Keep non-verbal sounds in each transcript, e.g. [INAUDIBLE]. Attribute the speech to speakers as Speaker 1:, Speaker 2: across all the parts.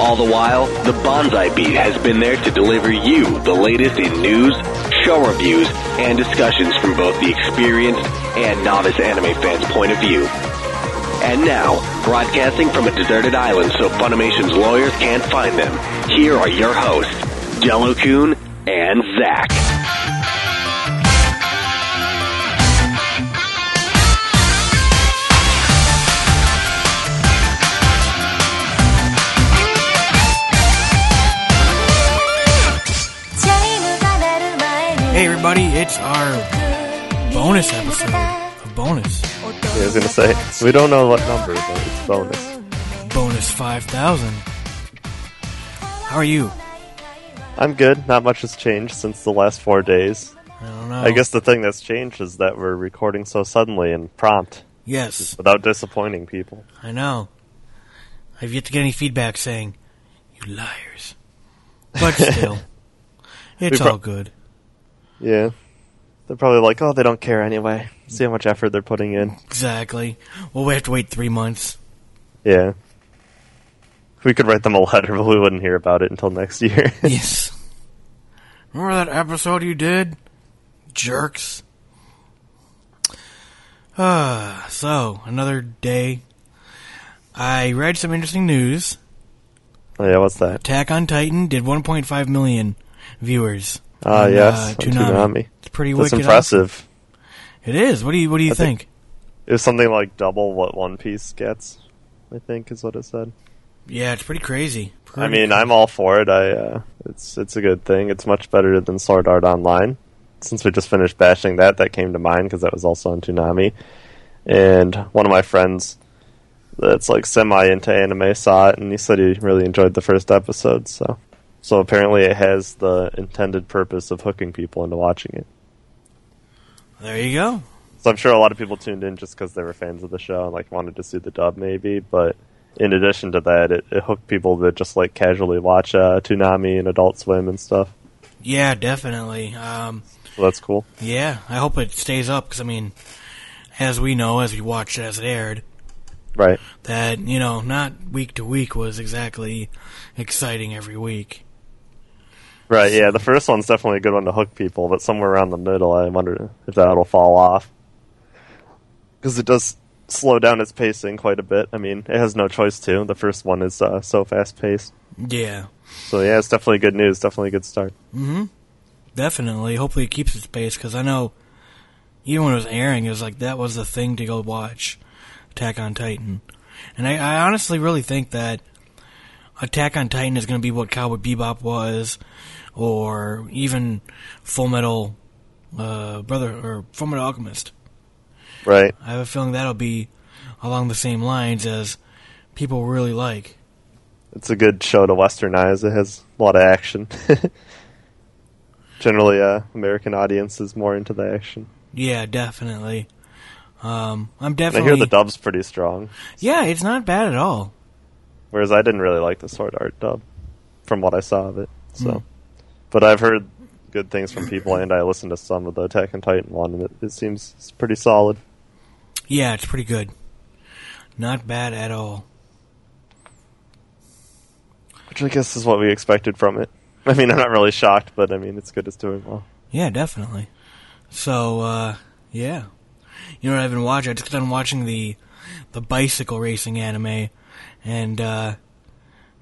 Speaker 1: All the while, the Bonsai Beat has been there to deliver you the latest in news, show reviews, and discussions from both the experienced and novice anime fans' point of view. And now, broadcasting from a deserted island so Funimation's lawyers can't find them, here are your hosts, Jello Coon and Zach.
Speaker 2: Hey everybody, it's our bonus episode. A bonus.
Speaker 3: Yeah, I was gonna say we don't know what number, but it's bonus.
Speaker 2: Bonus 5000. How are you?
Speaker 3: I'm good. Not much has changed since the last four days.
Speaker 2: I don't know.
Speaker 3: I guess the thing that's changed is that we're recording so suddenly and prompt,
Speaker 2: Yes,
Speaker 3: without disappointing people.
Speaker 2: I know. I've yet to get any feedback saying, you liars.
Speaker 3: [LAUGHS]
Speaker 2: But still, it's
Speaker 3: pro-
Speaker 2: all good.
Speaker 3: Yeah, they're probably like, oh, they don't care anyway. See how much effort they're putting in.
Speaker 2: Exactly. Well, we have to wait three months.
Speaker 3: Yeah, we could write them a letter, [LAUGHS] but we wouldn't hear about it until next year. [LAUGHS]
Speaker 2: Yes. Remember that episode you did? Jerks. Uh, so, another day. I read some interesting news.
Speaker 3: oh, yeah, what's that?
Speaker 2: Attack on Titan did 1.5 million viewers.
Speaker 3: Ah,
Speaker 2: on,
Speaker 3: yes,
Speaker 2: uh,
Speaker 3: on
Speaker 2: Toonami.
Speaker 3: Toonami.
Speaker 2: It's pretty
Speaker 3: That's
Speaker 2: wicked.
Speaker 3: impressive.
Speaker 2: It is. What do you What do you
Speaker 3: I
Speaker 2: think?
Speaker 3: think- It was something like double what One Piece gets. I think is what it said.
Speaker 2: Yeah, it's pretty crazy.
Speaker 3: I mean, I'm all for it. I uh, it's it's a good thing. It's much better than Sword Art Online. Since we just finished bashing that, that came to mind because that was also on Toonami. And one of my friends that's like semi into anime saw it, and he said he really enjoyed the first episode. So, so apparently it has the intended purpose of hooking people into watching it.
Speaker 2: there you go.
Speaker 3: So I'm sure a lot of people tuned in just because they were fans of the show and like wanted to see the dub, maybe. But in addition to that, it, it hooked people that just like casually watch uh, Toonami and Adult Swim and stuff.
Speaker 2: Yeah, definitely. Um,
Speaker 3: So that's cool.
Speaker 2: yeah, I hope it stays up because I mean, as we know, as we watched it as it aired,
Speaker 3: Right?
Speaker 2: that you know, not week to week was exactly exciting every week.
Speaker 3: Right. Yeah. The first one's definitely a good one to hook people, but somewhere around the middle, I wonder if that'll fall off because it does slow down its pacing quite a bit. I mean, it has no choice to. The first one is uh, so fast paced.
Speaker 2: Yeah,
Speaker 3: So yeah, it's definitely good news. Definitely a good start.
Speaker 2: definitely. Hopefully, it keeps its pace because I know even when it was airing, it was like that was the thing to go watch Attack on Titan. And I, I honestly really think that Attack on Titan is going to be what Cowboy Bebop was, or even Full Metal uh, Brother or Full Metal Alchemist.
Speaker 3: Right.
Speaker 2: I have a feeling that'll be along the same lines as people really like.
Speaker 3: it's a good show to westernize. It has a lot of action. [LAUGHS] Generally, uh, American audience is more into the action.
Speaker 2: Yeah, definitely. Um, I'm
Speaker 3: And I
Speaker 2: definitely.
Speaker 3: hear the dub's pretty strong,
Speaker 2: Yeah, it's not bad at all.
Speaker 3: whereas I didn't really like the Sword Art dub from what I saw of it. So,
Speaker 2: Hmm.
Speaker 3: but I've heard good things from people, and I listened to some of the Attack on Titan one, and it, it seems it's pretty solid.
Speaker 2: Yeah, it's pretty good. Not bad at all.
Speaker 3: Which I guess is what we expected from it. I mean, I'm not really shocked, but I mean, it's good. It's doing well.
Speaker 2: Yeah, definitely. So, uh, yeah. You know what I've been watching? I just got done watching the the bicycle racing anime, and uh,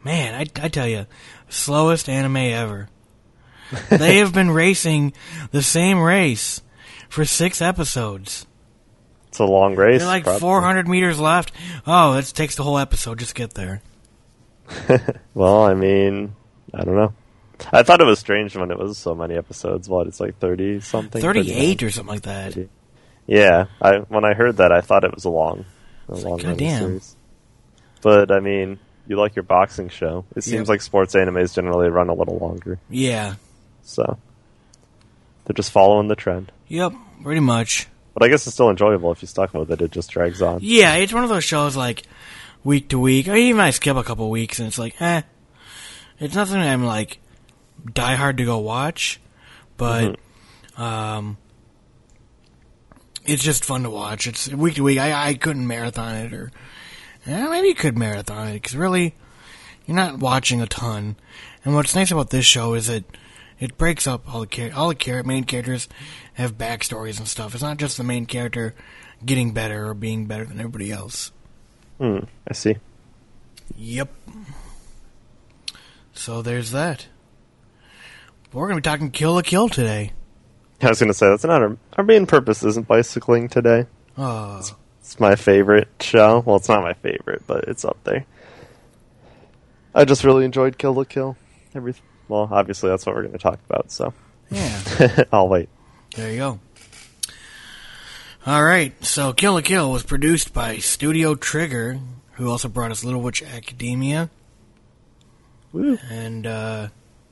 Speaker 2: man, I, I tell you, slowest anime ever.
Speaker 3: [LAUGHS]
Speaker 2: they have been racing the same race for six episodes.
Speaker 3: It's a long race.
Speaker 2: They're like
Speaker 3: probably.
Speaker 2: 400 meters left. Oh, that takes the whole episode just to get there.
Speaker 3: Well, I mean, I don't know. I thought it was strange when it was so many episodes. What it's like thirty something,
Speaker 2: 38 or something like that.
Speaker 3: Yeah, I when I heard that, I thought it was a long, a
Speaker 2: It's like,
Speaker 3: long running
Speaker 2: goddamn.
Speaker 3: series. But I mean, you like your boxing show. It seems
Speaker 2: Yep.
Speaker 3: like sports animes generally run a little longer.
Speaker 2: Yeah,
Speaker 3: So, They're just following the trend.
Speaker 2: Yep, pretty much.
Speaker 3: But I guess it's still enjoyable if you stuck with it. It just drags on.
Speaker 2: Yeah, it's one of those shows like week to week. I even I skip a couple weeks and it's like, eh. It's nothing I'm like die hard to go watch, but um,
Speaker 3: Mm-hmm.
Speaker 2: it's just fun to watch. It's week to week. I, I couldn't marathon it or eh, maybe you could marathon it because really you're not watching a ton. And what's nice about this show is it it breaks up all the char- all the char- main characters have backstories and stuff. It's not just the main character getting better or being better than everybody else.
Speaker 3: I see.
Speaker 2: Yep. So there's that. We're gonna be talking Kill a Kill today.
Speaker 3: I was going to say that's not our, our main purpose. Isn't bicycling today?
Speaker 2: Oh,
Speaker 3: It's my favorite show. Well, it's not my favorite, but it's up there. I just really enjoyed Kill the Kill. Everything. Well, obviously that's what we're going to talk about. So [LAUGHS]
Speaker 2: yeah.
Speaker 3: I'll wait.
Speaker 2: There you go. All right, so Kill a Kill was produced by Studio Trigger, who also brought us Little Witch Academia
Speaker 3: Woo.
Speaker 2: and uh,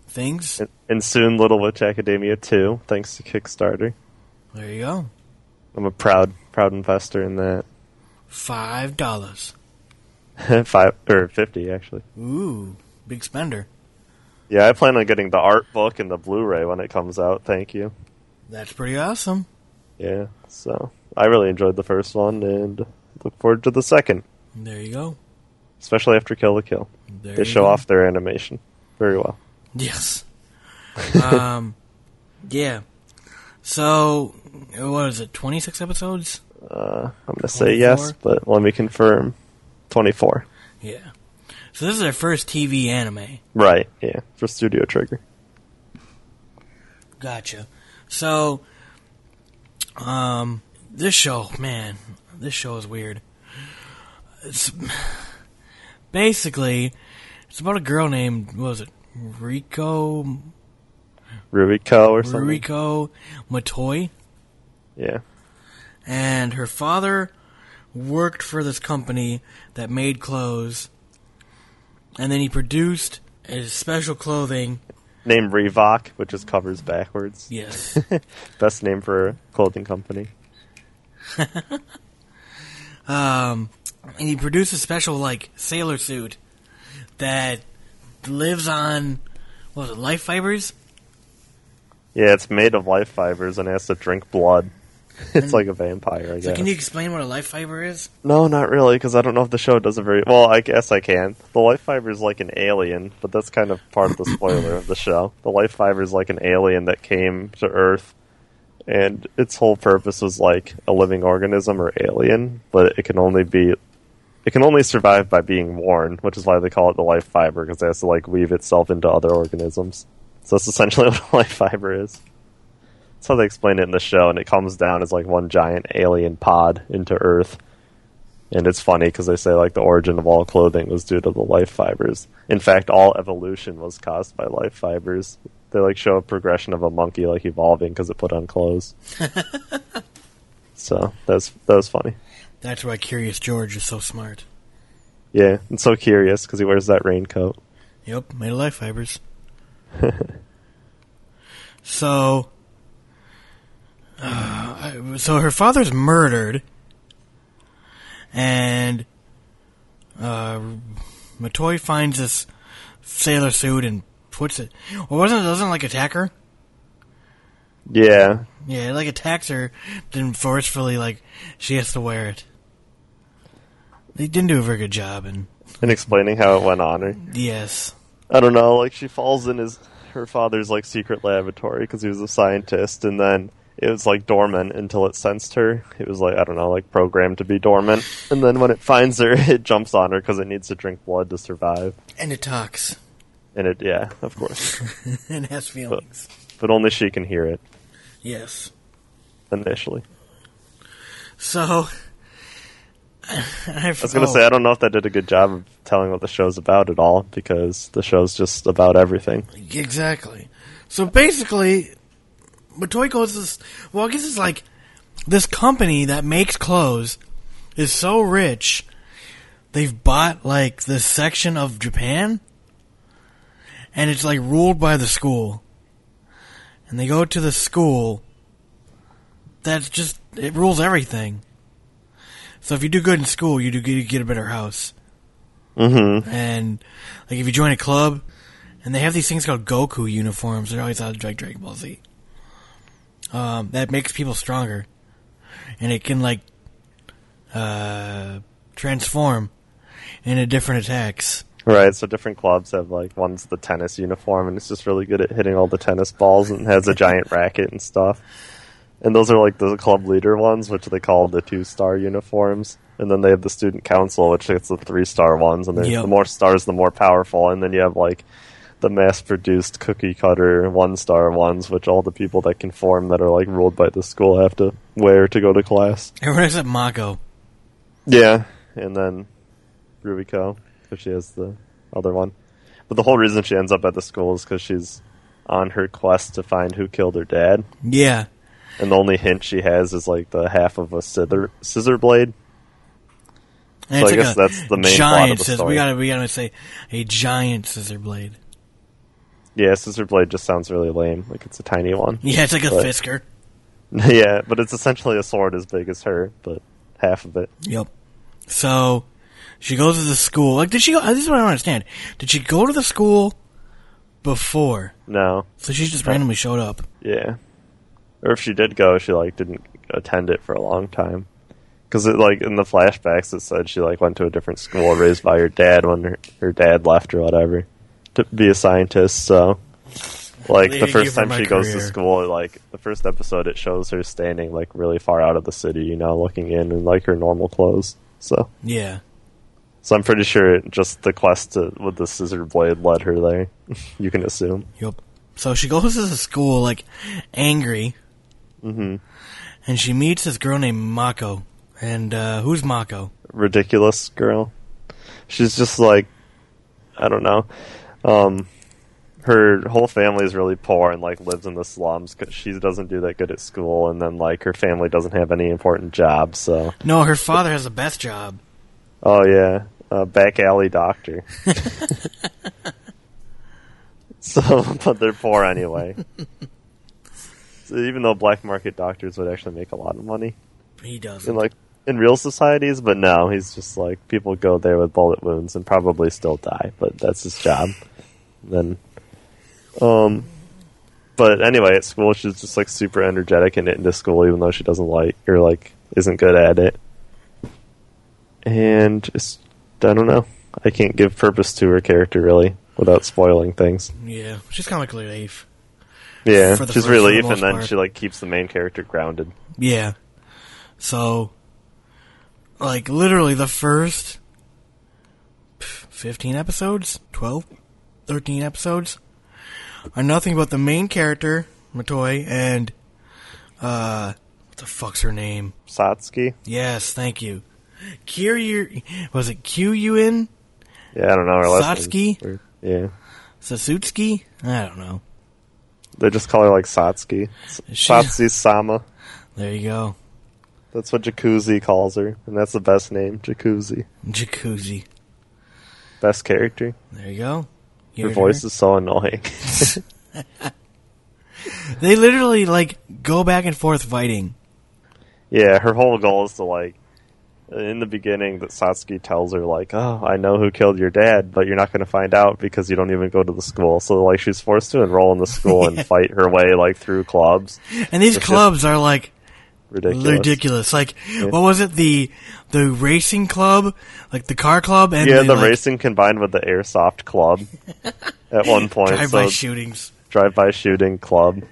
Speaker 2: things.
Speaker 3: And, and soon, Little Witch Academia two, thanks to Kickstarter.
Speaker 2: There you go.
Speaker 3: I'm a proud, proud investor in that. [LAUGHS]
Speaker 2: Five dollars.
Speaker 3: Five or fifty, actually.
Speaker 2: Ooh, big spender.
Speaker 3: Yeah, I plan on getting the art book and the Blu-ray when it comes out. Thank you.
Speaker 2: That's pretty awesome.
Speaker 3: Yeah, so I really enjoyed the first one and look forward to the second,
Speaker 2: There you go.
Speaker 3: especially after Kill the Kill.
Speaker 2: There
Speaker 3: they
Speaker 2: you
Speaker 3: show
Speaker 2: go.
Speaker 3: off their animation very well.
Speaker 2: [LAUGHS] Yes. um, yeah. So, what is it? Twenty six episodes.
Speaker 3: I'm gonna say yes,
Speaker 2: 24?
Speaker 3: but let me confirm. Twenty-four.
Speaker 2: Yeah. So this is their first TV anime.
Speaker 3: Right. Yeah, for Studio Trigger.
Speaker 2: Gotcha. So, um, this show, man, this show is weird. It's basically it's about a girl named what was it Rico
Speaker 3: Ruiko or something.
Speaker 2: Rico Matoy.
Speaker 3: Yeah.
Speaker 2: and her father worked for this company that made clothes and then he produced his special clothing
Speaker 3: Name Revoc, which is covers backwards.
Speaker 2: yes
Speaker 3: Best name for a clothing company.
Speaker 2: um, and he produced a special like sailor suit that lives on what was it life fibers
Speaker 3: Yeah, it's made of life fibers and has to drink blood. [LAUGHS] it's like a vampire, I
Speaker 2: so
Speaker 3: guess.
Speaker 2: can you explain what a life fiber is
Speaker 3: No, not really, because I don't know if the show does it very well. I guess I can. The life fiber is like an alien, but that's kind of part of the spoiler of the show. The life fiber is like an alien that came to Earth, and its whole purpose was like a living organism or alien, but it can only be, it can only survive by being worn, which is why they call it the life fiber, because it has to like weave itself into other organisms. So that's essentially [LAUGHS] what a life fiber is. That's how they explain it in the show, and it comes down as like one giant alien pod into Earth. And it's funny because they say like the origin of all clothing was due to the life fibers. In fact, all evolution was caused by life fibers. They like show a progression of a monkey like evolving because it put on clothes. so that's that was funny.
Speaker 2: that's why curious george is so smart
Speaker 3: Yeah, I'm so curious because he wears that raincoat.
Speaker 2: Yep, made of life fibers. so, uh, I- so her father's murdered, and uh, Matoy finds this sailor suit and puts it. Or wasn't it doesn't it, like attack her?
Speaker 3: Yeah,
Speaker 2: Yeah, it, like attacks her, then forcefully like she has to wear it. They didn't do a very good job, and
Speaker 3: and explaining how it went on her.
Speaker 2: yes,
Speaker 3: I don't know, like she falls in his her father's like secret laboratory because he was a scientist, and then it was like dormant until it sensed her. It was like I don't know, like programmed to be dormant, and then when it finds her, [LAUGHS] it jumps on her because it needs to drink blood to survive.
Speaker 2: and it talks
Speaker 3: And it, yeah, of course,
Speaker 2: [LAUGHS] and has feelings.
Speaker 3: but only she can hear it
Speaker 2: Yes.
Speaker 3: initially.
Speaker 2: So, [SIGHS] I
Speaker 3: I was gonna
Speaker 2: Oh.
Speaker 3: say I don't know if that did a good job of telling what the show's about at all because the show's just about everything.
Speaker 2: exactly. So basically, Matoy goes this. Well, I guess it's like this company that makes clothes is so rich they've bought like this section of Japan, and it's like ruled by the school, and they go to the school that's just it rules everything. So if you do good in school, you do get, you get a better house. Mm-hmm. And like if you join a club, and they have these things called Goku uniforms. They're always out of like Dragon Ball Z. Um, that makes people stronger, and it can like uh, transform into different attacks. [LAUGHS]
Speaker 3: Right, so different clubs have like one's the tennis uniform and it's just really good at hitting all the tennis balls and has a giant racket and stuff. And those are like the club leader ones, which they call the two star uniforms. And then they have the student council, which is the three star ones. And they-
Speaker 2: Yep.
Speaker 3: the more stars, the more powerful. And then you have like the mass produced cookie cutter one star ones, which all the people that conform that are like ruled by the school have to wear to go to class.
Speaker 2: Everyone except Mako.
Speaker 3: Yeah, and then Rubico, because she has the other one. But the whole reason she ends up at the school is because she's on her quest to find who killed her dad,
Speaker 2: Yeah,
Speaker 3: and the only hint she has is like the half of a scissor scissor blade.
Speaker 2: and
Speaker 3: So
Speaker 2: it's
Speaker 3: I
Speaker 2: like
Speaker 3: guess
Speaker 2: a
Speaker 3: that's the main plot of
Speaker 2: giant
Speaker 3: the
Speaker 2: scissor.
Speaker 3: story.
Speaker 2: We gotta we gotta say a giant scissor blade. [LAUGHS]
Speaker 3: Yeah, scissor blade just sounds really lame. Like it's a tiny one. [LAUGHS]
Speaker 2: Yeah, it's like a
Speaker 3: Right.
Speaker 2: Fisker.
Speaker 3: yeah, but it's essentially a sword as big as her, but half of it.
Speaker 2: Yep. So she goes to the school. Like, did she? Go, this is what I don't understand. Did she go to the school before?
Speaker 3: No,
Speaker 2: So she just randomly showed up.
Speaker 3: Yeah, or if she did go, she like didn't attend it for a long time. Because it like in the flashbacks, it said she like went to a different school raised by her dad when her, her dad left or whatever to be a scientist. So, like
Speaker 2: Leaving
Speaker 3: the
Speaker 2: you
Speaker 3: first
Speaker 2: for
Speaker 3: time
Speaker 2: my
Speaker 3: she goes to
Speaker 2: career.
Speaker 3: school, like the first episode, it shows her standing like really far out of the city, you know, looking in in like her normal clothes. So,
Speaker 2: Yeah.
Speaker 3: so I'm pretty sure just the quest to, with the scissor blade led her there. [LAUGHS] you can assume.
Speaker 2: Yep. So she goes to the school like angry. Mm-hmm. And she meets this girl named Mako. And uh, who's Mako?
Speaker 3: ridiculous girl. She's just like I don't know. Um her whole family is really poor and like lives in the slums cuz she doesn't do that good at school and then like her family doesn't have any important jobs. So,
Speaker 2: No, her father has the best job.
Speaker 3: oh yeah, a back alley doctor. [LAUGHS] so, but they're poor anyway. So even though black market doctors would actually make a lot of money
Speaker 2: He does.
Speaker 3: in like in real societies, but no, he's just like people go there with bullet wounds and probably still die, but that's his job. Then, um, but anyway, at school she's just like super energetic and into school, even though she doesn't like or like isn't good at it. And just I don't know, I can't give purpose to her character really without spoiling things.
Speaker 2: yeah. She's comic relief.
Speaker 3: Yeah,
Speaker 2: For the first-
Speaker 3: she's
Speaker 2: for the
Speaker 3: relief,
Speaker 2: most
Speaker 3: and then
Speaker 2: part.
Speaker 3: she like keeps the main character grounded.
Speaker 2: Yeah. So, like, literally the first pff, 15 episodes, 12, 13 episodes are nothing but the main character, Matoy, and, uh, what the fuck's her name?
Speaker 3: Satsuki.
Speaker 2: Yes, thank you. Kiryu, was it Kyuin
Speaker 3: Yeah, I don't know her last name.
Speaker 2: Satsuki?
Speaker 3: Or- Yeah.
Speaker 2: Sasutsuki? I don't know.
Speaker 3: They just call her like Satsuki. S-
Speaker 2: She-
Speaker 3: Satsuki Sama.
Speaker 2: There you go.
Speaker 3: That's what Jacuzzi calls her, and that's the best name, Jacuzzi.
Speaker 2: Jacuzzi.
Speaker 3: Best character.
Speaker 2: There you go. You
Speaker 3: Her
Speaker 2: heard
Speaker 3: voice is so annoying. [LAUGHS]
Speaker 2: They literally, like, go back and forth fighting.
Speaker 3: yeah, her whole goal is to like in the beginning that Satsuki tells her like, "Oh, I know who killed your dad, but you're not going to find out because you don't even go to the school." So like she's forced to enroll in the school and fight her way like through clubs.
Speaker 2: And these
Speaker 3: It's just-
Speaker 2: clubs are, like,
Speaker 3: Ridiculous.
Speaker 2: ridiculous. Like, what was it? The the racing club, like the car club, and
Speaker 3: Yeah,
Speaker 2: the,
Speaker 3: the
Speaker 2: like,
Speaker 3: racing combined with the airsoft club at one point.
Speaker 2: drive-by
Speaker 3: so-
Speaker 2: shootings.
Speaker 3: drive by shooting club.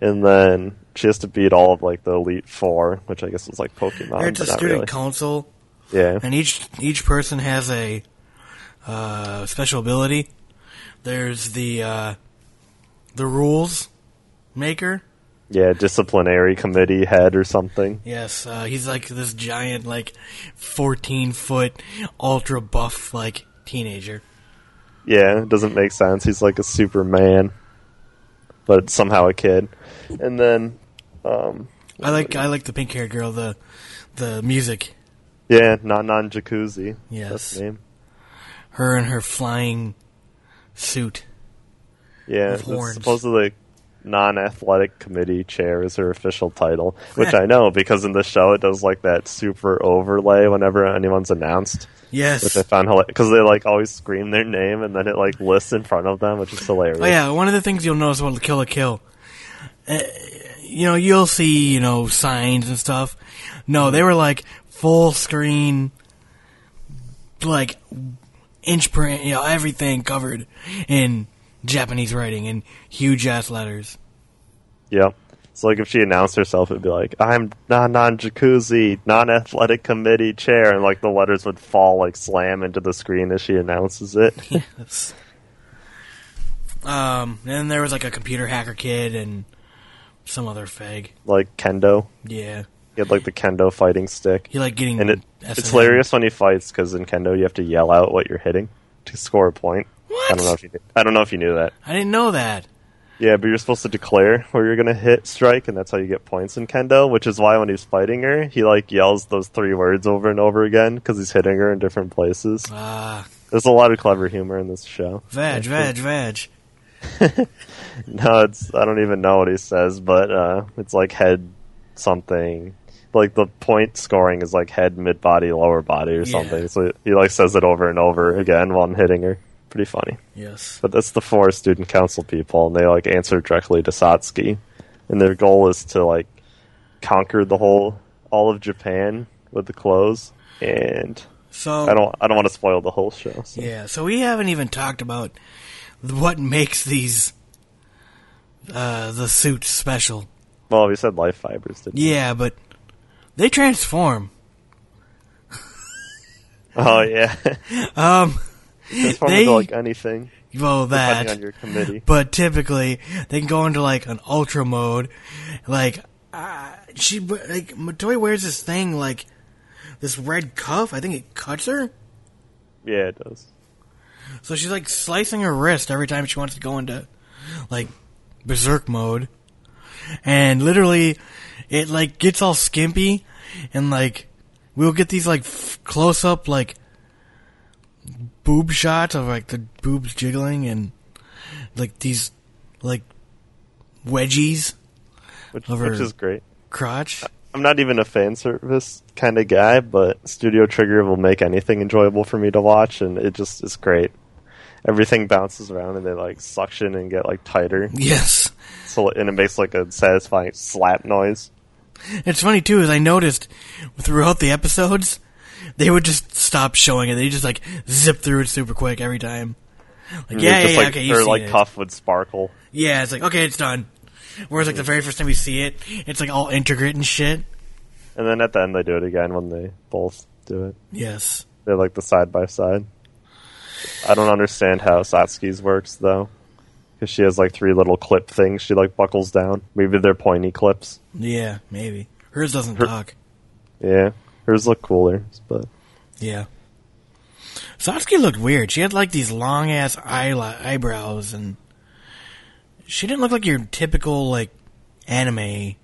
Speaker 3: And then she has to beat all of like the Elite Four, which I guess was like Pokemon.
Speaker 2: There's a
Speaker 3: but not
Speaker 2: student
Speaker 3: really.
Speaker 2: council,
Speaker 3: yeah.
Speaker 2: and each each person has a uh, special ability. There's the uh, the rules maker.
Speaker 3: Yeah, disciplinary committee head or something.
Speaker 2: Yes, uh, he's like this giant, like fourteen foot, ultra buff, like teenager.
Speaker 3: Yeah, it doesn't make sense. He's like a Superman, but somehow a kid. And then
Speaker 2: I like I like the pink haired girl. The the music,
Speaker 3: yeah, Nanan Jacuzzi.
Speaker 2: Yes.
Speaker 3: That's the name.
Speaker 2: her and her flying suit.
Speaker 3: Yeah,
Speaker 2: With
Speaker 3: it's
Speaker 2: horns.
Speaker 3: supposedly non-athletic committee chair is her official title, which I know because in the show it does like that super overlay whenever anyone's announced, which
Speaker 2: Yes.
Speaker 3: I found hilarious because they like always scream their name and then it like lists in front of them, which is hilarious.
Speaker 2: Oh yeah, one of the things you'll notice about Kill a Kill, uh, you know, you'll see you know signs and stuff. No, they were like full screen, like inch print, you know, everything covered in Japanese writing and huge ass letters.
Speaker 3: Yep. So like if she announced herself, it'd be like, "I'm non non jacuzzi non athletic committee chair," and like the letters would fall like slam into the screen as she announces
Speaker 2: [LAUGHS]
Speaker 3: it.
Speaker 2: That's- Um, and there was like a computer hacker kid and some other fag.
Speaker 3: like kendo,
Speaker 2: Yeah,
Speaker 3: he had like the kendo fighting stick,
Speaker 2: he like getting
Speaker 3: and it
Speaker 2: S&M.
Speaker 3: it's hilarious when he fights because in kendo you have to yell out what you're hitting to score a point. I don't know if you knew, I don't know if you knew that.
Speaker 2: I didn't know that.
Speaker 3: Yeah, but you're supposed to declare where you're gonna hit strike, and that's how you get points in kendo. Which is why when he's fighting her, he like yells those three words over and over again because he's hitting her in different places.
Speaker 2: Ah,
Speaker 3: There's a lot of clever humor in this show. [LAUGHS]
Speaker 2: vag, vag, vag.
Speaker 3: No, it's I don't even know what he says, but uh, it's like head something. Like the point scoring is like head, mid body, lower body, or
Speaker 2: Yeah.
Speaker 3: something. So he like says it over and over again while I'm hitting her. Pretty funny.
Speaker 2: Yes.
Speaker 3: But that's the four student council people, and they like answer directly to Satsuki, and their goal is to like conquer the whole all of Japan with the clothes. And
Speaker 2: So
Speaker 3: I don't I don't want to spoil the whole show. So.
Speaker 2: Yeah, so we haven't even talked about what makes these uh the suits special.
Speaker 3: Well, we said life fibers. Didn't we?
Speaker 2: Yeah, but they transform.
Speaker 3: Oh yeah. [LAUGHS]
Speaker 2: [LAUGHS] Um
Speaker 3: Transform
Speaker 2: They-
Speaker 3: into like anything.
Speaker 2: well
Speaker 3: depending
Speaker 2: that
Speaker 3: on your committee.
Speaker 2: but typically they can go into like an ultra mode like uh, she like Matoy wears this thing like this red cuff, I think it cuts her.
Speaker 3: Yeah, it does.
Speaker 2: So she's like slicing her wrist every time she wants to go into like berserk mode. And literally it like gets all skimpy and like we'll get these like f- close up like boob shots of like the boobs jiggling and like these like wedgies
Speaker 3: Which,
Speaker 2: Over-
Speaker 3: which is great.
Speaker 2: crotch.
Speaker 3: I'm not even a fan service kind of guy, but Studio Trigger will make anything enjoyable for me to watch, and it just is great. Everything bounces around, and they like suction and get like tighter,
Speaker 2: Yes.
Speaker 3: so and it makes like a satisfying slap noise.
Speaker 2: It's funny too, is I noticed throughout the episodes, they would just stop showing it. They just like zip through it super quick every time. Like,
Speaker 3: And
Speaker 2: yeah, yeah,
Speaker 3: it Mm, just,
Speaker 2: yeah,
Speaker 3: like,
Speaker 2: okay,
Speaker 3: her
Speaker 2: you've seen
Speaker 3: like
Speaker 2: it.
Speaker 3: cuff would sparkle.
Speaker 2: Yeah, it's like okay, it's done. Whereas like the very first time we see it, it's like all intricate and shit.
Speaker 3: And then at the end, they do it again when they both do it.
Speaker 2: Yes.
Speaker 3: They're like the side by side. I don't understand how Satsuki's works though, because she has like three little clip things she like buckles down. Maybe they're pointy clips.
Speaker 2: Yeah, maybe hers doesn't talk.
Speaker 3: Yeah, hers look cooler, but
Speaker 2: Yeah. Satsuki looked weird. She had like these long ass eyel- eyebrows, and she didn't look like your typical like anime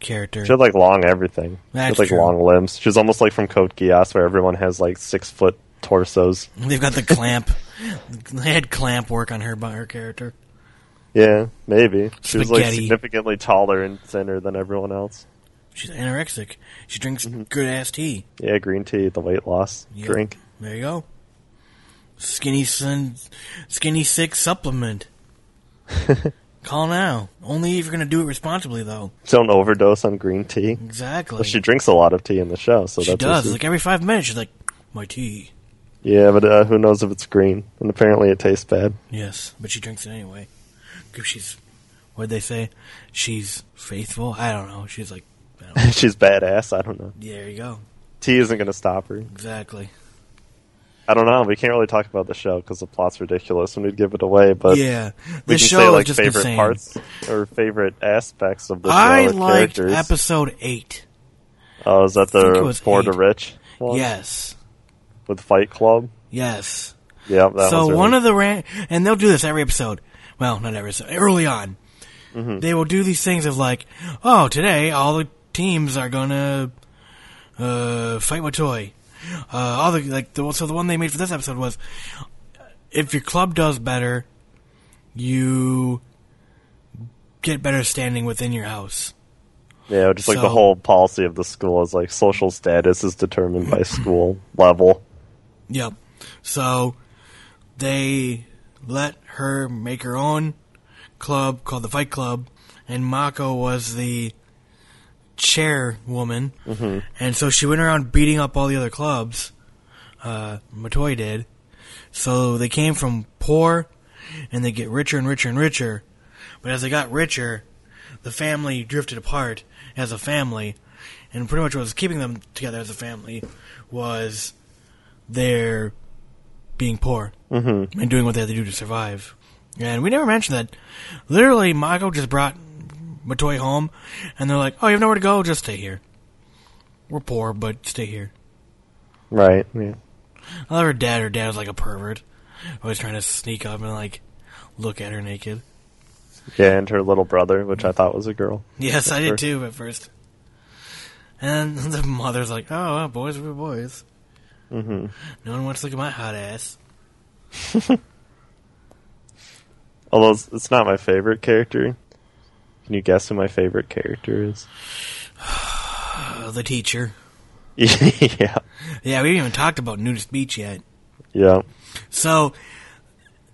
Speaker 2: character.
Speaker 3: she had like long everything.
Speaker 2: That's
Speaker 3: she had like
Speaker 2: true.
Speaker 3: long limbs. She's almost like from Code Geass, where everyone has like six foot torsos.
Speaker 2: They've got the clamp. [LAUGHS] they had clamp work on her by her character.
Speaker 3: Yeah, maybe she was like
Speaker 2: Spaghetti.
Speaker 3: significantly taller and thinner than everyone else.
Speaker 2: She's anorexic. She drinks good ass tea.
Speaker 3: Yeah, green tea, the weight loss
Speaker 2: Yep.
Speaker 3: Mm-hmm. drink.
Speaker 2: There you go. Skinny sin, skinny sick
Speaker 3: [LAUGHS]
Speaker 2: supplement. Call now. Only if you're gonna do it responsibly, though.
Speaker 3: Don't overdose on green tea.
Speaker 2: Exactly.
Speaker 3: She drinks a lot of tea in the show, so
Speaker 2: She
Speaker 3: that's
Speaker 2: does.
Speaker 3: easy.
Speaker 2: Like every five minutes, she's like, "My tea."
Speaker 3: Yeah, but uh, who knows if it's green? And apparently, it tastes bad. [LAUGHS]
Speaker 2: Yes, but she drinks it anyway. 'Cause She's what'd they say? She's faithful. I don't know. She's like, I don't know.
Speaker 3: She's badass. I don't know.
Speaker 2: [LAUGHS] there you go.
Speaker 3: Tea isn't going to stop her.
Speaker 2: Exactly.
Speaker 3: I don't know. We can't really talk about the show because the plot's ridiculous, and we'd give it away. But
Speaker 2: yeah,
Speaker 3: we
Speaker 2: this
Speaker 3: can
Speaker 2: show
Speaker 3: say
Speaker 2: is
Speaker 3: like
Speaker 2: just
Speaker 3: favorite
Speaker 2: insane.
Speaker 3: parts or favorite aspects of the
Speaker 2: I
Speaker 3: show. or
Speaker 2: liked
Speaker 3: characters.
Speaker 2: episode eight.
Speaker 3: Oh, is that
Speaker 2: I think it
Speaker 3: the
Speaker 2: was
Speaker 3: Poor to
Speaker 2: eight.
Speaker 3: Rich? One?
Speaker 2: Yes,
Speaker 3: with Fight Club.
Speaker 2: yes.
Speaker 3: Yeah, that
Speaker 2: so
Speaker 3: one's really-
Speaker 2: one of the ran- and they'll do this every episode. Well, not every episode. Early on,
Speaker 3: Mm-hmm.
Speaker 2: they will do these things of like, oh, today all the teams are gonna uh, fight with toy. Uh, all the like, the, so the one they made for this episode was, if your club does better, you get better standing within your house.
Speaker 3: Yeah, just like
Speaker 2: So-
Speaker 3: the whole policy of the school is like social status is determined by school level.
Speaker 2: Yep. So they let her make her own club called the Fight Club, and Mako was the chairwoman, and so she went around beating up all the other clubs. Uh, Matoy did. So they came from poor, and they get richer and richer and richer. But as they got richer, the family drifted apart as a family, and pretty much what was keeping them together as a family was their being poor and doing what they had to do to survive. And we never mentioned that. Literally, Mako just brought Matoy home, and they're like, "Oh, you have nowhere to go. Just stay here. We're poor, but stay here."
Speaker 3: Right. Yeah.
Speaker 2: I love her dad. Her dad was like a pervert, always trying to sneak up and like look at her naked. [LAUGHS]
Speaker 3: yeah, and her little brother, which I thought was a girl.
Speaker 2: Yes, I did
Speaker 3: first.
Speaker 2: too at first. And [LAUGHS] the mother's like, "Oh, well, boys will be boys. Mm-hmm. No one wants to look at my hot ass."
Speaker 3: Although it's, it's not my favorite character. Can you guess who my favorite character is? [LAUGHS]
Speaker 2: Uh, the teacher.
Speaker 3: yeah.
Speaker 2: Yeah, we haven't even talked about nudist beach yet.
Speaker 3: Yeah.
Speaker 2: So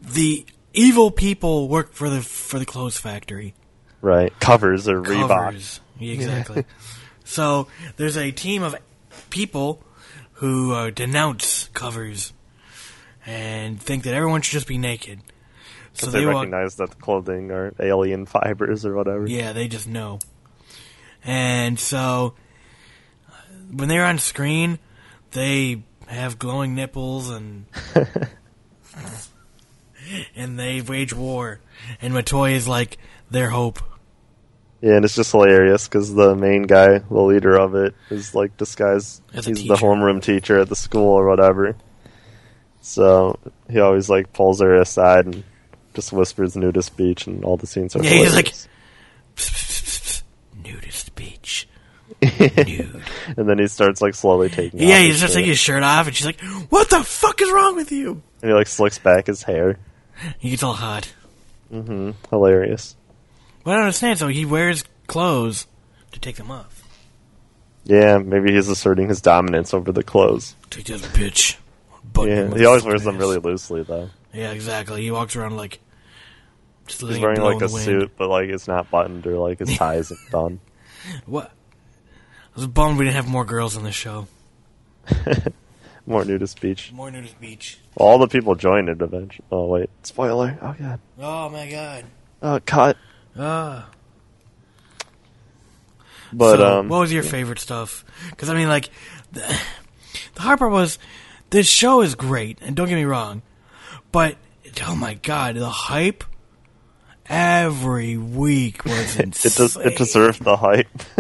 Speaker 2: the evil people work for the for the clothes factory.
Speaker 3: Right. Covers or Reebok.
Speaker 2: Covers. Yeah, exactly. so there's a team of people who uh, denounce covers and think that everyone should just be naked. So
Speaker 3: They,
Speaker 2: they walk.
Speaker 3: recognize that the clothing are alien fibers or whatever.
Speaker 2: Yeah, they just know. And so uh, when they're on screen, they have glowing nipples
Speaker 3: [LAUGHS]
Speaker 2: and and they wage war. And Matoy is like their hope.
Speaker 3: Yeah, and it's just hilarious because the main guy, the leader of it, is like disguised.
Speaker 2: As a
Speaker 3: he's the
Speaker 2: teacher.
Speaker 3: homeroom teacher at the school or whatever. So he always like pulls her aside and just whispers nudist beach, and all the scenes are.
Speaker 2: Yeah, he's
Speaker 3: hilarious.
Speaker 2: Nudist beach.
Speaker 3: [LAUGHS]
Speaker 2: Nude.
Speaker 3: and then he starts like slowly taking.
Speaker 2: Yeah,
Speaker 3: off
Speaker 2: he
Speaker 3: his
Speaker 2: starts
Speaker 3: shirt.
Speaker 2: taking his shirt off, and she's like, "What the fuck is wrong with you?"
Speaker 3: and he like slicks back his hair.
Speaker 2: He gets all hot.
Speaker 3: Hilarious.
Speaker 2: But I don't understand. So he wears clothes to take them off.
Speaker 3: Yeah, maybe he's asserting his dominance over the clothes.
Speaker 2: Take this bitch. Butt him
Speaker 3: Yeah,
Speaker 2: with
Speaker 3: he
Speaker 2: a
Speaker 3: always wears them
Speaker 2: smash.
Speaker 3: really loosely though.
Speaker 2: Yeah, exactly. He walks around like just
Speaker 3: He's
Speaker 2: letting it
Speaker 3: wearing
Speaker 2: blow
Speaker 3: like
Speaker 2: in
Speaker 3: a
Speaker 2: the wind.
Speaker 3: suit, but like it's not buttoned or like his tie isn't done.
Speaker 2: What? I was bummed we didn't have more girls on the show.
Speaker 3: More nudist beach.
Speaker 2: More nudist beach.
Speaker 3: All the people joined it eventually. Oh wait, spoiler! Oh god,
Speaker 2: Oh my god.
Speaker 3: oh cut.
Speaker 2: Ah.
Speaker 3: But
Speaker 2: So,
Speaker 3: um,
Speaker 2: what was your favorite stuff? Because I mean, like, the, the Harper was. This show is great, and don't get me wrong, but oh my god, the hype every week was insane.
Speaker 3: [LAUGHS] it des- it deserved the hype. [LAUGHS]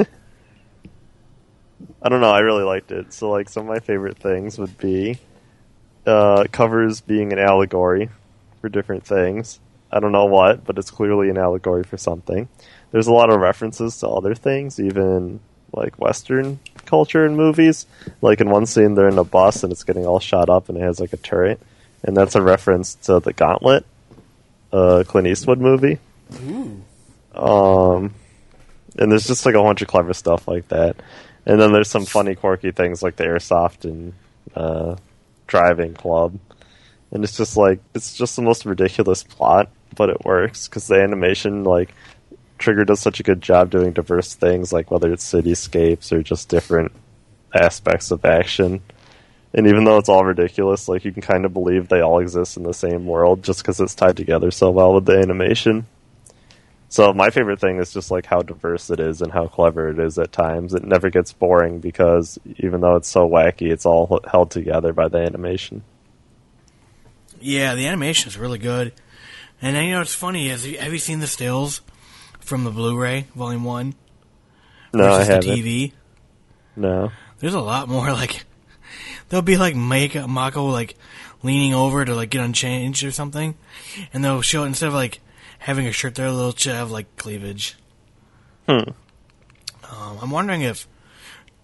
Speaker 3: I don't know. I really liked it. So like some of my favorite things would be uh, covers being an allegory for different things. I don't know what, but it's clearly an allegory for something. There's a lot of references to other things, even like Western culture and movies. Like in one scene, they're in a bus and it's getting all shot up, and it has like a turret, and that's a reference to the Gauntlet, uh, Clint Eastwood movie. Um, and there's just like a whole bunch of clever stuff like that. And then there's some funny, quirky things like the airsoft and uh, driving club. And it's just like it's just the most ridiculous plot, but it works because the animation like Trigger does such a good job doing diverse things, like whether it's cityscapes or just different aspects of action. And even though it's all ridiculous, like you can kind of believe they all exist in the same world just because it's tied together so well with the animation. So my favorite thing is just like how diverse it is and how clever it is at times. It never gets boring because even though it's so wacky, it's all h- held together by the animation.
Speaker 2: Yeah, the animation is really good. And then, you know what's funny is have you seen the stills from the Blu-ray Volume One
Speaker 3: No, I
Speaker 2: versus the
Speaker 3: haven't.
Speaker 2: TV?
Speaker 3: No.
Speaker 2: There's a lot more [LAUGHS] like there'll be like make Mako like leaning over to like get unchanged or something, and they'll show instead of like having a shirt there, they'll ch- have like cleavage. Hmm. Um, I'm wondering if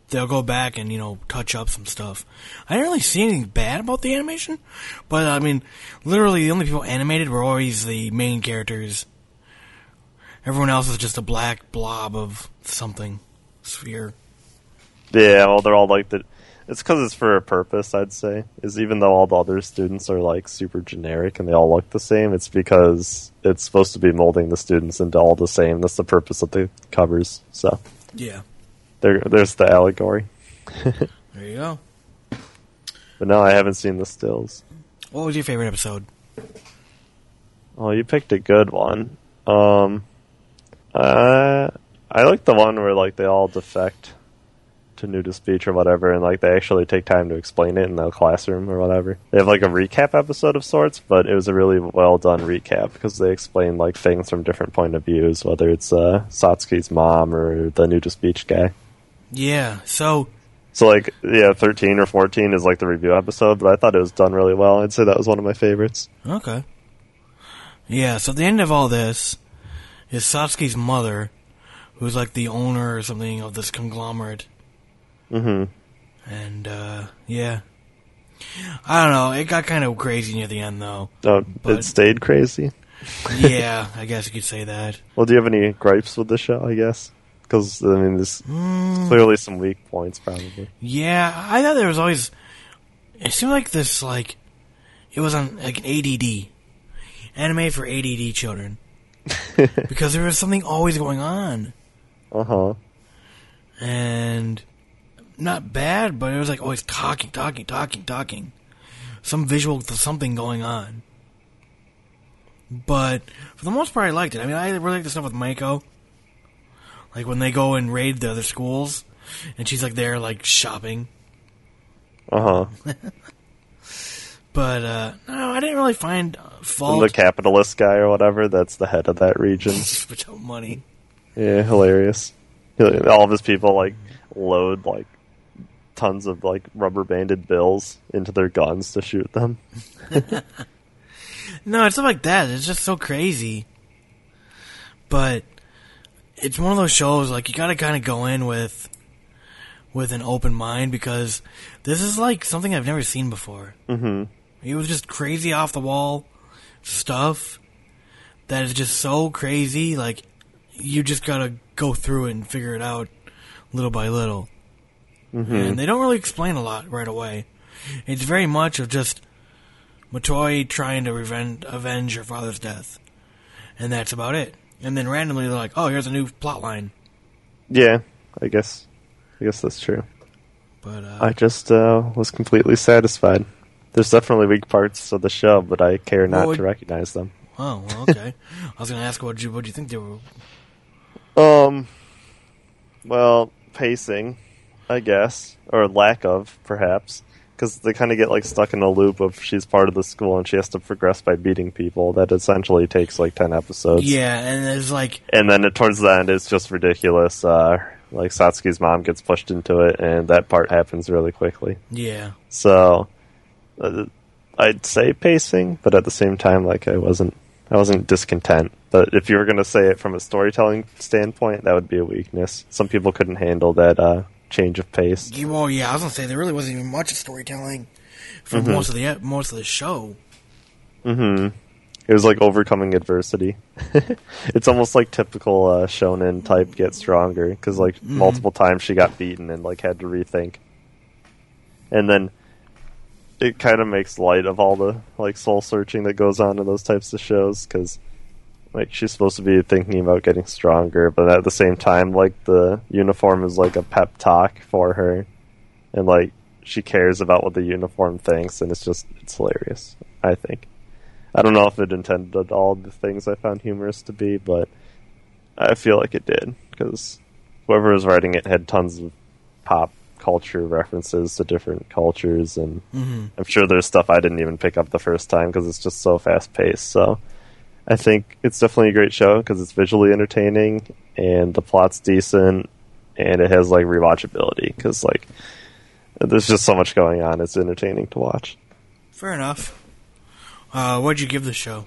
Speaker 2: they'll go back and you know touch up some stuff. I didn't really see anything bad about the animation, but I mean, literally the only people animated were always the main characters. Everyone else is just a black blob of something sphere.
Speaker 3: Yeah, well, they're all like the. It's because it's for a purpose, I'd say. Is even though all the other students are like super generic and they all look the same, it's because it's supposed to be molding the students into all the same. That's the purpose of the covers. So
Speaker 2: Yeah.
Speaker 3: there, there's the allegory.
Speaker 2: There you go.
Speaker 3: But no, I haven't seen the stills.
Speaker 2: What was your favorite episode?
Speaker 3: Oh, you picked a good one. Um, uh, I like the one where like they all defect to nudist speech or whatever, and like they actually take time to explain it in the classroom or whatever. They have like a recap episode of sorts, but it was a really well done recap because they explain like things from different point of views, whether it's uh, Satsuki's mom or the nudist speech guy.
Speaker 2: Yeah. So
Speaker 3: So like yeah, thirteen or fourteen is like the review episode, but I thought it was done really well. I'd say that was one of my favorites.
Speaker 2: Okay. Yeah, so at the end of all this is Satsuki's mother, who's like the owner or something of this conglomerate. Mm-hmm. And uh yeah. I don't know, it got kind of crazy near the end though.
Speaker 3: Oh,
Speaker 2: But-
Speaker 3: it stayed crazy.
Speaker 2: yeah, I guess you could say that.
Speaker 3: Well, do you have any gripes with the show? I guess because I mean, there's clearly some weak points. Probably.
Speaker 2: Yeah, I thought there was always it seemed like this like it was on like an ADD anime for ADD children. because there was something always going on.
Speaker 3: Uh huh.
Speaker 2: and not bad, but it was like always talking, talking, talking, talking. Some visual th- something going on. But for the most part, I liked it. I mean, I really like the stuff with Mako. Like when they go and raid the other schools, and she's like there, like shopping.
Speaker 3: Uh huh.
Speaker 2: But uh, no, I didn't really find uh, fault
Speaker 3: The capitalist guy or whatever. That's the head of that region.
Speaker 2: [LAUGHS] with no money.
Speaker 3: yeah, hilarious. All of his people like load like tons of like rubber banded bills into their guns to shoot them.
Speaker 2: No, it's not like that. It's just so crazy. But it's one of those shows like you got to kind of go in with with an open mind because this is like something I've never seen before. Mm-hmm. It was just crazy off the wall stuff that is just so crazy. Like you just got to go through it and figure it out little by little. And they don't really explain a lot right away. It's very much of just Matoi trying to reven- avenge her father's death. And that's about it. And then randomly they're like, oh, here's a new plot line.
Speaker 3: Yeah, I guess. I guess that's true.
Speaker 2: But, uh,
Speaker 3: I just uh, was completely satisfied. There's definitely weak parts of the show, but I care not
Speaker 2: Well,
Speaker 3: to
Speaker 2: it-
Speaker 3: recognize them.
Speaker 2: oh, well, okay. I was going to ask what you, what you think they were.
Speaker 3: Um, well, pacing, I guess, or lack of, perhaps, because they kind of get like stuck in a loop of she's part of the school and she has to progress by beating people. That essentially takes like ten episodes.
Speaker 2: Yeah, and it's like,
Speaker 3: and then it, towards the end, it's just ridiculous. Uh, like Satsuki's mom gets pushed into it, and that part happens really quickly.
Speaker 2: yeah.
Speaker 3: So, uh, I'd say pacing, but at the same time, like I wasn't, I wasn't discontent. But if you were going to say it from a storytelling standpoint, that would be a weakness. Some people couldn't handle that uh, change of pace.
Speaker 2: Yeah, Well, yeah, I was going to say there really wasn't even much storytelling for most of the ep- most of the show.
Speaker 3: Mm-hmm. It was like overcoming adversity. it's almost like typical uh, shonen type get stronger because like multiple times she got beaten and like had to rethink, and then it kind of makes light of all the like soul searching that goes on in those types of shows because like she's supposed to be thinking about getting stronger, but at the same time, like the uniform is like a pep talk for her, and like she cares about what the uniform thinks, and it's just it's hilarious. I think. I don't know if it intended all the things I found humorous to be, but I feel like it did because whoever was writing it had tons of pop culture references to different cultures, and I'm sure there's stuff I didn't even pick up the first time because it's just so fast paced. So I think it's definitely a great show because it's visually entertaining and the plot's decent and it has like rewatchability because like there's just so much going on. It's entertaining to watch.
Speaker 2: Fair enough. Uh, what'd you give the show?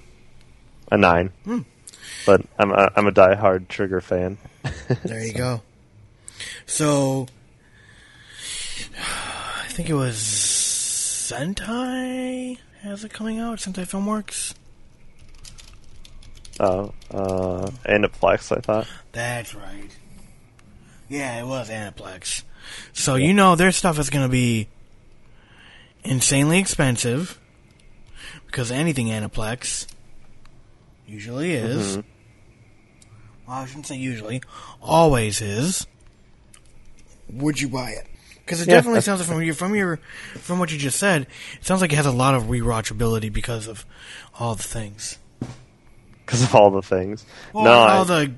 Speaker 3: a nine.
Speaker 2: Hmm.
Speaker 3: But I'm a, I'm a diehard Trigger fan.
Speaker 2: There you go. So, I think it was Sentai. Has it coming out? Sentai Filmworks.
Speaker 3: Oh, uh, Aniplex, I thought.
Speaker 2: That's right. Yeah, it was Aniplex. So you know their stuff is going to be insanely expensive because anything Aniplex usually is. Well, I shouldn't say usually, always is. Would you buy it? Because it
Speaker 3: Yeah.
Speaker 2: definitely sounds from your from your from what you just said. It sounds like it has a lot of rewatchability because of all the things.
Speaker 3: Because of all the things.
Speaker 2: Well,
Speaker 3: no, I-
Speaker 2: all the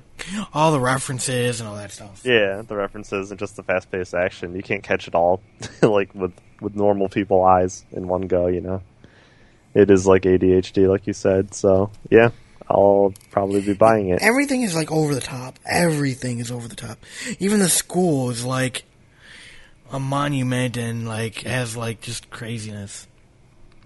Speaker 2: all the references and all that stuff.
Speaker 3: yeah, the references and just the fast-paced action. You can't catch it all, [LAUGHS] like with with normal people eyes in one go. You know, it is like ADHD, like you said. So yeah, I'll probably be buying it.
Speaker 2: everything is like over the top. Everything is over the top. Even the school is like a monument and like has like just craziness.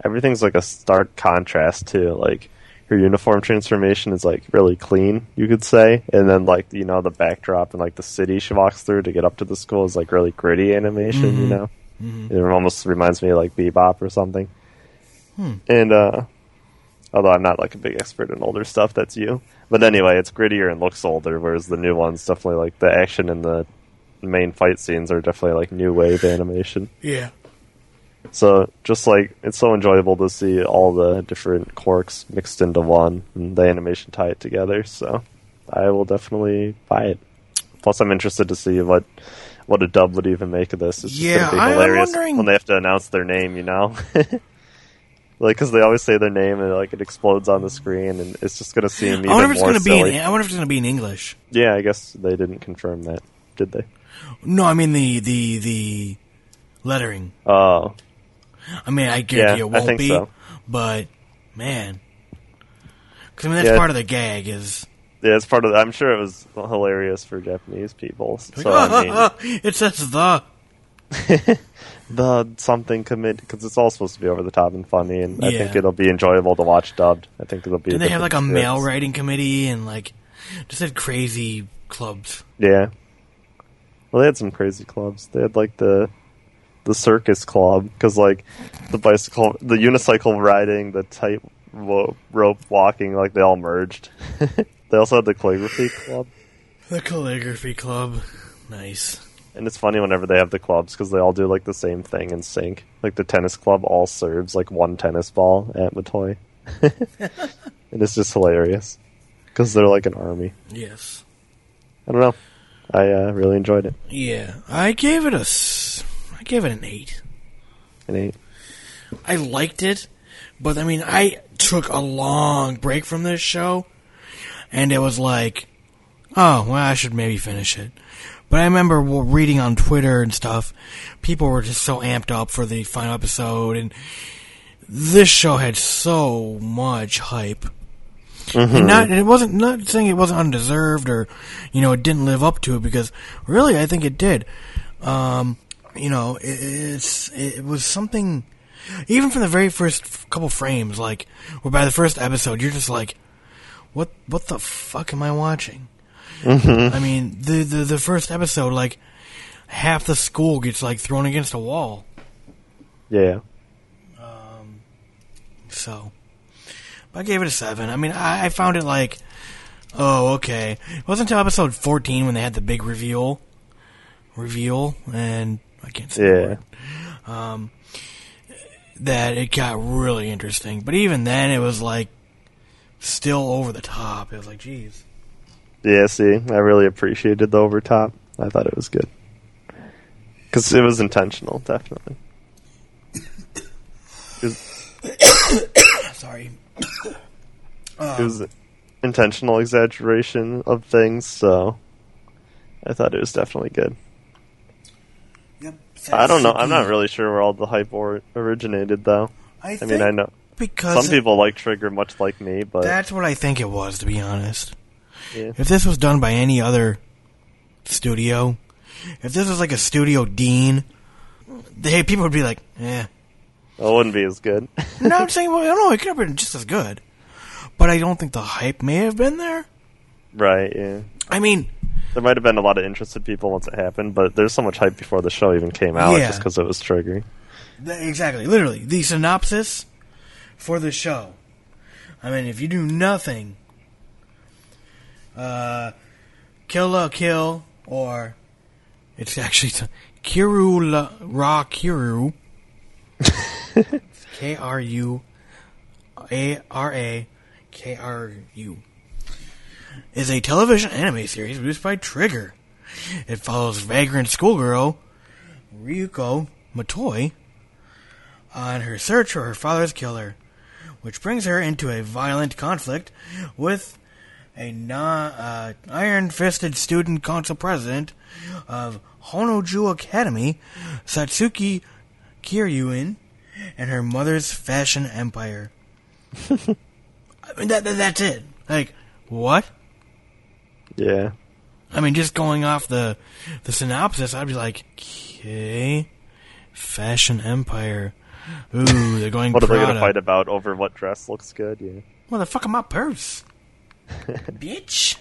Speaker 3: everything's like a stark contrast to like your uniform transformation is like really clean, you could say, and then like you know the backdrop and like the city she walks through to get up to the school is like really gritty animation, you know. It almost reminds me of like Bebop or something. And uh although I'm not like a big expert in older stuff, that's you. But anyway, it's grittier and looks older, whereas the new ones definitely like the action and the main fight scenes are definitely like new wave animation.
Speaker 2: Yeah.
Speaker 3: So just like it's so enjoyable to see all the different quirks mixed into one and the animation tie it together. So I will definitely buy it. Plus, I'm interested to see what what a dub would even make of this. It's just
Speaker 2: Yeah,
Speaker 3: gonna be
Speaker 2: I- I'm
Speaker 3: hilarious
Speaker 2: wondering-
Speaker 3: when they have to announce their name. You know. [LAUGHS] Like, because they always say their name and like it explodes on the screen, and it's just gonna seem even
Speaker 2: I wonder if it's
Speaker 3: more
Speaker 2: gonna
Speaker 3: silly.
Speaker 2: be. In, I wonder if it's gonna be in English.
Speaker 3: yeah, I guess they didn't confirm that, did they?
Speaker 2: No, I mean the the the lettering.
Speaker 3: Oh,
Speaker 2: I mean, I guarantee
Speaker 3: Yeah,
Speaker 2: it
Speaker 3: I
Speaker 2: won't
Speaker 3: think
Speaker 2: be.
Speaker 3: so.
Speaker 2: But man, because I mean that's
Speaker 3: Yeah.
Speaker 2: part of the gag is.
Speaker 3: yeah, it's part of. I'm sure it was hilarious for Japanese people. So I
Speaker 2: [LAUGHS]
Speaker 3: mean,
Speaker 2: it says the.
Speaker 3: the something commit because it's all supposed to be over the top and funny, and I
Speaker 2: Yeah.
Speaker 3: think it'll be enjoyable to watch dubbed. I think it'll be.
Speaker 2: Did they have
Speaker 3: different
Speaker 2: like a mail
Speaker 3: experience.
Speaker 2: writing committee and like just had crazy clubs?
Speaker 3: Yeah. Well, they had some crazy clubs. They had like the the circus club because like the bicycle, the unicycle riding, the tight wo- rope walking, like they all merged. [LAUGHS] they also had the calligraphy club.
Speaker 2: The calligraphy club. Nice.
Speaker 3: And it's funny whenever they have the clubs because they all do like the same thing in sync. Like the tennis club all serves like one tennis ball at Matoy. [LAUGHS] and it's just hilarious because they're like an army.
Speaker 2: Yes.
Speaker 3: I don't know. I uh, really enjoyed it.
Speaker 2: Yeah. I gave it a. s- I gave it an eight.
Speaker 3: And I-
Speaker 2: I liked it, but I mean, I took a long break from this show, and it was like, oh, well, I should maybe finish it. But I remember w- reading on Twitter and stuff, people were just so amped up for the final episode, and this show had so much hype. And not, and it wasn't not saying it wasn't undeserved or, you know, it didn't live up to it because really I think it did. Um, you know, it, it's it was something even from the very first f- couple frames, like, or by the first episode, you're just like, what, what the fuck am I watching? I mean, the, the the first episode, like, half the school gets like thrown against a wall.
Speaker 3: yeah.
Speaker 2: So, but I gave it a seven. I mean, I, I found it like, oh, okay. It wasn't until episode fourteen when they had the big reveal, reveal, and I can't say the
Speaker 3: Yeah.
Speaker 2: word, that it got really interesting. But even then, it was like still over the top. It was like, geez,
Speaker 3: Yeah, see, I really appreciated the overtop. I thought it was good. Because it was intentional, definitely. 'Cause
Speaker 2: sorry.
Speaker 3: it was intentional exaggeration of things, so I thought it was definitely good.
Speaker 2: Yep.
Speaker 3: I don't know. I'm not really sure where all the hype or- originated, though.
Speaker 2: I,
Speaker 3: I mean, I know
Speaker 2: because
Speaker 3: some people like Trigger much like me, but
Speaker 2: That's what I think it was, to be honest.
Speaker 3: Yeah.
Speaker 2: If this was done by any other studio, if this was like a studio dean, they, people would be like,
Speaker 3: [LAUGHS]
Speaker 2: eh.
Speaker 3: it wouldn't be as good. [LAUGHS]
Speaker 2: No, I'm saying, well, no, it could have been just as good. But I don't think the hype may have been there.
Speaker 3: right? Yeah.
Speaker 2: I mean,
Speaker 3: There might have been a lot of interested people once it happened, but there's so much hype before the show even came out
Speaker 2: Yeah.
Speaker 3: just because it was triggering.
Speaker 2: th- exactly, literally, the synopsis for the show. I mean, if you do nothing uh, Kill la Kill, or it's actually t- Kiru la, Ra Kiru. K R U A R A K R U is a television anime series produced by Trigger. It follows vagrant schoolgirl Ryuko Matoi on her search for her father's killer, which brings her into a violent conflict with a non, uh, iron-fisted student council president of Honoju Academy, Satsuki Kiryuin, and her mother's fashion
Speaker 3: [LAUGHS]
Speaker 2: empire. I mean, that, that- that's it. Like, what?
Speaker 3: Yeah.
Speaker 2: I mean, just going off the the synopsis, I'd be like, okay, fashion empire. Ooh, they're going
Speaker 3: What are they
Speaker 2: Prada.
Speaker 3: going to fight about over what dress looks good? Yeah.
Speaker 2: Motherfucker, my purse, bitch.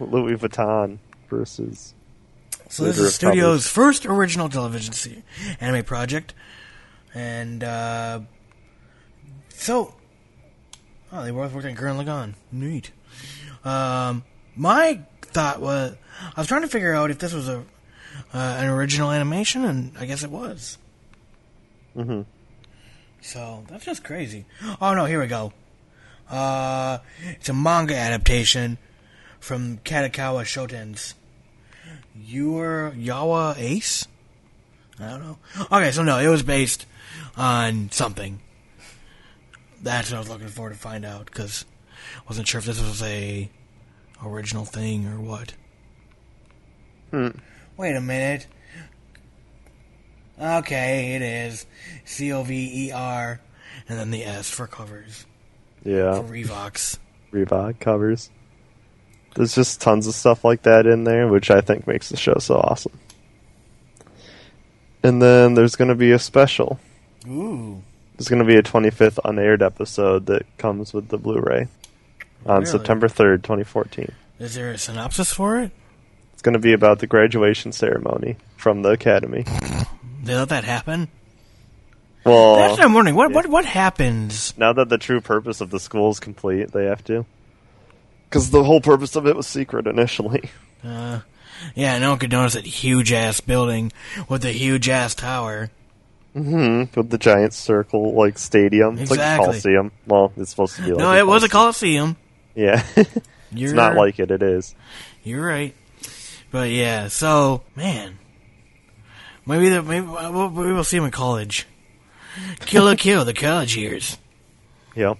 Speaker 3: Louis Vuitton versus.
Speaker 2: So this is
Speaker 3: Leader of Troubles.
Speaker 2: studio's first original television se- anime project, and uh, so oh, they both worked on Gurren Lagann. Neat. Um, my thought was, I was trying to figure out if this was a uh, an original animation, and I guess it was. Mm-hmm. So that's just crazy. Oh no, here we go. Uh, it's a manga adaptation from Katakawa Shoten's. Your Yawa Ace? I don't know. Okay, so no, it was based on something. That's what I was looking for to find out because I wasn't sure if this was a original thing or what. Hmm. Wait a minute. Okay, it is C O V E R, and then the S for covers
Speaker 3: Yeah.
Speaker 2: for Revox.
Speaker 3: Reebok covers. There's just tons of stuff like that in there, which I think makes the show so awesome. And then there's going to be a special.
Speaker 2: Ooh,
Speaker 3: There's going to be a 25th unaired episode that comes with the Blu-ray on
Speaker 2: Really?
Speaker 3: September 3rd, 2014.
Speaker 2: is there a synopsis for it?
Speaker 3: It's going to be about the graduation ceremony from the academy.
Speaker 2: They let that happen.
Speaker 3: Well,
Speaker 2: That's what I'm wondering. What what what happens?
Speaker 3: now that the true purpose of the school is complete, they have to. Because the whole purpose of it was secret initially. [LAUGHS]
Speaker 2: Uh, yeah, no one could notice that huge ass building with the huge ass tower.
Speaker 3: With the giant circle, like stadium, it's like a
Speaker 2: Exactly.
Speaker 3: coliseum. Well, it's supposed to be. Like
Speaker 2: No,
Speaker 3: a
Speaker 2: it was a
Speaker 3: coliseum.
Speaker 2: coliseum.
Speaker 3: Yeah, [LAUGHS]
Speaker 2: You're,
Speaker 3: it's not like it. It is.
Speaker 2: you're right, but yeah. So man, maybe the, maybe uh, we'll, we will see him in college. Kill a kill the college years.
Speaker 3: Yep.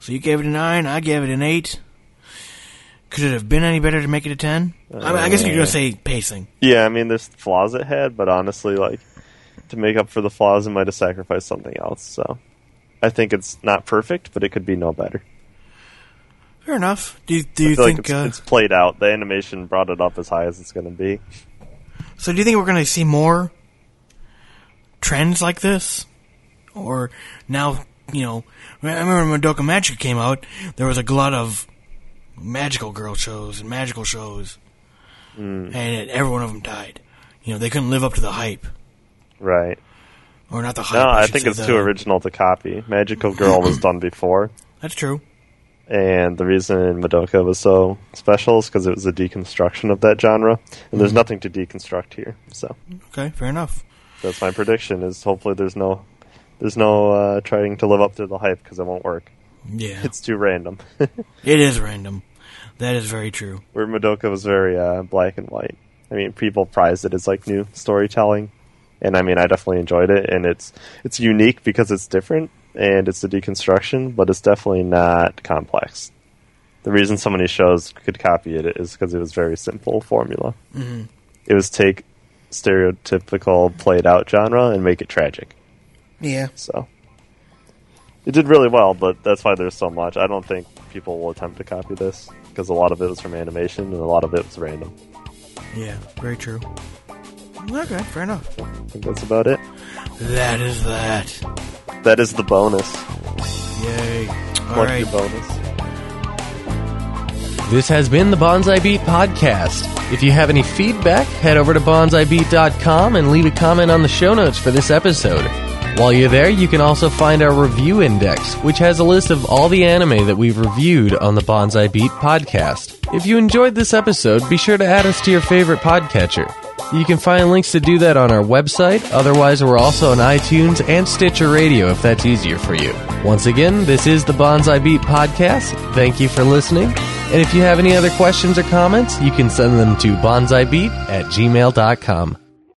Speaker 2: So you gave it a nine. I gave it an eight. Could it have been any better to make it a ten? I, mean, I guess you're gonna
Speaker 3: Uh.
Speaker 2: say pacing.
Speaker 3: Yeah, I mean, there's flaws it had, but honestly, like to make up for the flaws, it might have sacrificed something else. So, I think it's not perfect, but it could be no better.
Speaker 2: Fair enough. Do you, do you
Speaker 3: I feel
Speaker 2: think?
Speaker 3: like it's,
Speaker 2: uh,
Speaker 3: it's played out. The animation brought it up as high as it's going to be.
Speaker 2: So do you think we're going to see more trends like this? Or now, you know, I remember when Madoka Magic came out, there was a glut of magical girl shows and magical shows.
Speaker 3: Hmm.
Speaker 2: And it, every one of them died. You know, they couldn't live up to the hype.
Speaker 3: Right.
Speaker 2: Or not the hype.
Speaker 3: No,
Speaker 2: I,
Speaker 3: I
Speaker 2: should
Speaker 3: think
Speaker 2: say,
Speaker 3: it's
Speaker 2: the-
Speaker 3: too original to copy. Magical Girl was done before,
Speaker 2: That's true.
Speaker 3: and the reason Madoka was so special is because it was a deconstruction of that genre, and there's nothing to deconstruct here. So
Speaker 2: Okay, fair enough.
Speaker 3: that's my prediction. Is hopefully there's no there's no uh, trying to live up to the hype because it won't work.
Speaker 2: Yeah.
Speaker 3: It's too random. [LAUGHS]
Speaker 2: it is random. That is very true.
Speaker 3: Where Madoka was very uh, black and white. I mean, people prized it as like new storytelling, and I mean, I definitely enjoyed it, and it's it's unique because it's different and it's a deconstruction, but it's definitely not complex. The reason so many shows could copy it is because it was very simple formula. Mm-hmm. It was take stereotypical played out genre and make it tragic.
Speaker 2: Yeah.
Speaker 3: So it did really well, but that's why there's so much. I don't think people will attempt to copy this because a lot of it was from animation and a lot of it was random.
Speaker 2: Yeah, very true. Okay, fair enough.
Speaker 3: I think that's about it.
Speaker 2: That is that.
Speaker 3: That is the bonus.
Speaker 2: Yay. All
Speaker 3: Lucky
Speaker 2: right.
Speaker 3: bonus.
Speaker 4: This has been the Bonsai Beat Podcast. If you have any feedback, head over to bonsaibeat.com and leave a comment on the show notes for this episode. While you're there, you can also find our review index, which has a list of all the anime that we've reviewed on the Bonsai Beat podcast. If you enjoyed this episode, be sure to add us to your favorite podcatcher. You can find links to do that on our website, otherwise, we're also on iTunes and Stitcher Radio if that's easier for you. Once again, this is the Bonsai Beat podcast. Thank you for listening. And if you have any other questions or comments, you can send them to bonsaibeat at gmail.com.